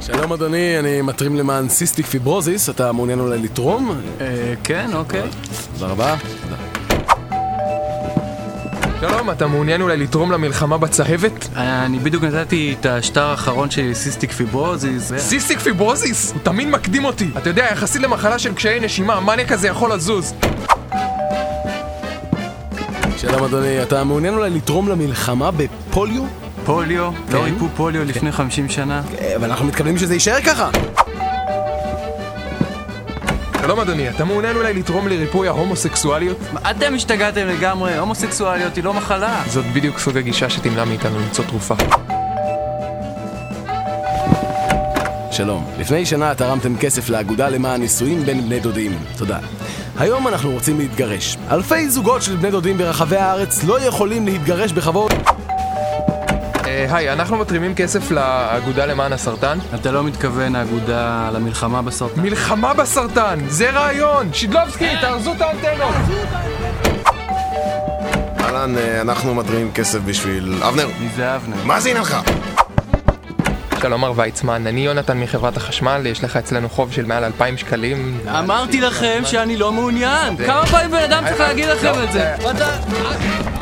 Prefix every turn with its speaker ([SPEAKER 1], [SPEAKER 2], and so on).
[SPEAKER 1] שלום אדוני, אני מתרים למען סיסטיק פיברוזיס, אתה מעוניין אולי לתרום?
[SPEAKER 2] אה, כן, אוקיי.
[SPEAKER 1] תודה רבה.
[SPEAKER 3] שלום, אתה מעוניין אולי לתרום למלחמה בצהבת?
[SPEAKER 2] אה, אני בדיוק נתתי את השטר האחרון שלי לסיסטיק פיברוזיס. זה-
[SPEAKER 3] סיסטיק פיברוזיס? הוא תמיד מקדים אותי. אתה יודע, יחסית למחלה של קשיי נשימה, המניאק הזה יכול לזוז.
[SPEAKER 1] שלום אדוני, אתה מעוניין אולי לתרום למלחמה בפוליו?
[SPEAKER 2] פוליו? לא ריפו פוליו לפני 50 שנה?
[SPEAKER 1] אה, אבל אנחנו מתכוונים שזה יישאר ככה.
[SPEAKER 3] שלום אדוני, אתה מעוניין אולי לתרום לריפוי ההומוסקסואליות?
[SPEAKER 2] מה, אתם השתגעתם לגמרי, הומוסקסואליות היא לא מחלה.
[SPEAKER 3] זאת בדיוק סוג הגישה שתמנע מאיתנו למצוא תרופה.
[SPEAKER 1] שלום, לפני שנה תרמתם כסף לאגודה למען נישואים בין בני דודים. תודה. היום אנחנו רוצים להתגרש. אלפי זוגות של בני דודים ברחבי הארץ לא יכולים להתגרש בכבוד.
[SPEAKER 3] אה, היי, אנחנו מתרימים כסף לאגודה למען הסרטן?
[SPEAKER 2] אתה לא מתכוון האגודה למלחמה בסרטן?
[SPEAKER 3] מלחמה בסרטן! זה רעיון! שידלובסקי, תארזו את האנטנות!
[SPEAKER 4] אהלן, אה, אנחנו מתרימים כסף בשביל... אבנר,
[SPEAKER 2] מי זה אבנר?
[SPEAKER 4] מה זה עניין לך?
[SPEAKER 3] שלום מר ויצמן, אני יונתן מחברת החשמל, יש לך אצלנו חוב של מעל 2,000 שקלים.
[SPEAKER 2] כן. אה, לא. אמרתי לכם שאני לא מעוניין! כמה פעמים בן אדם צריך להגיד לכם את זה?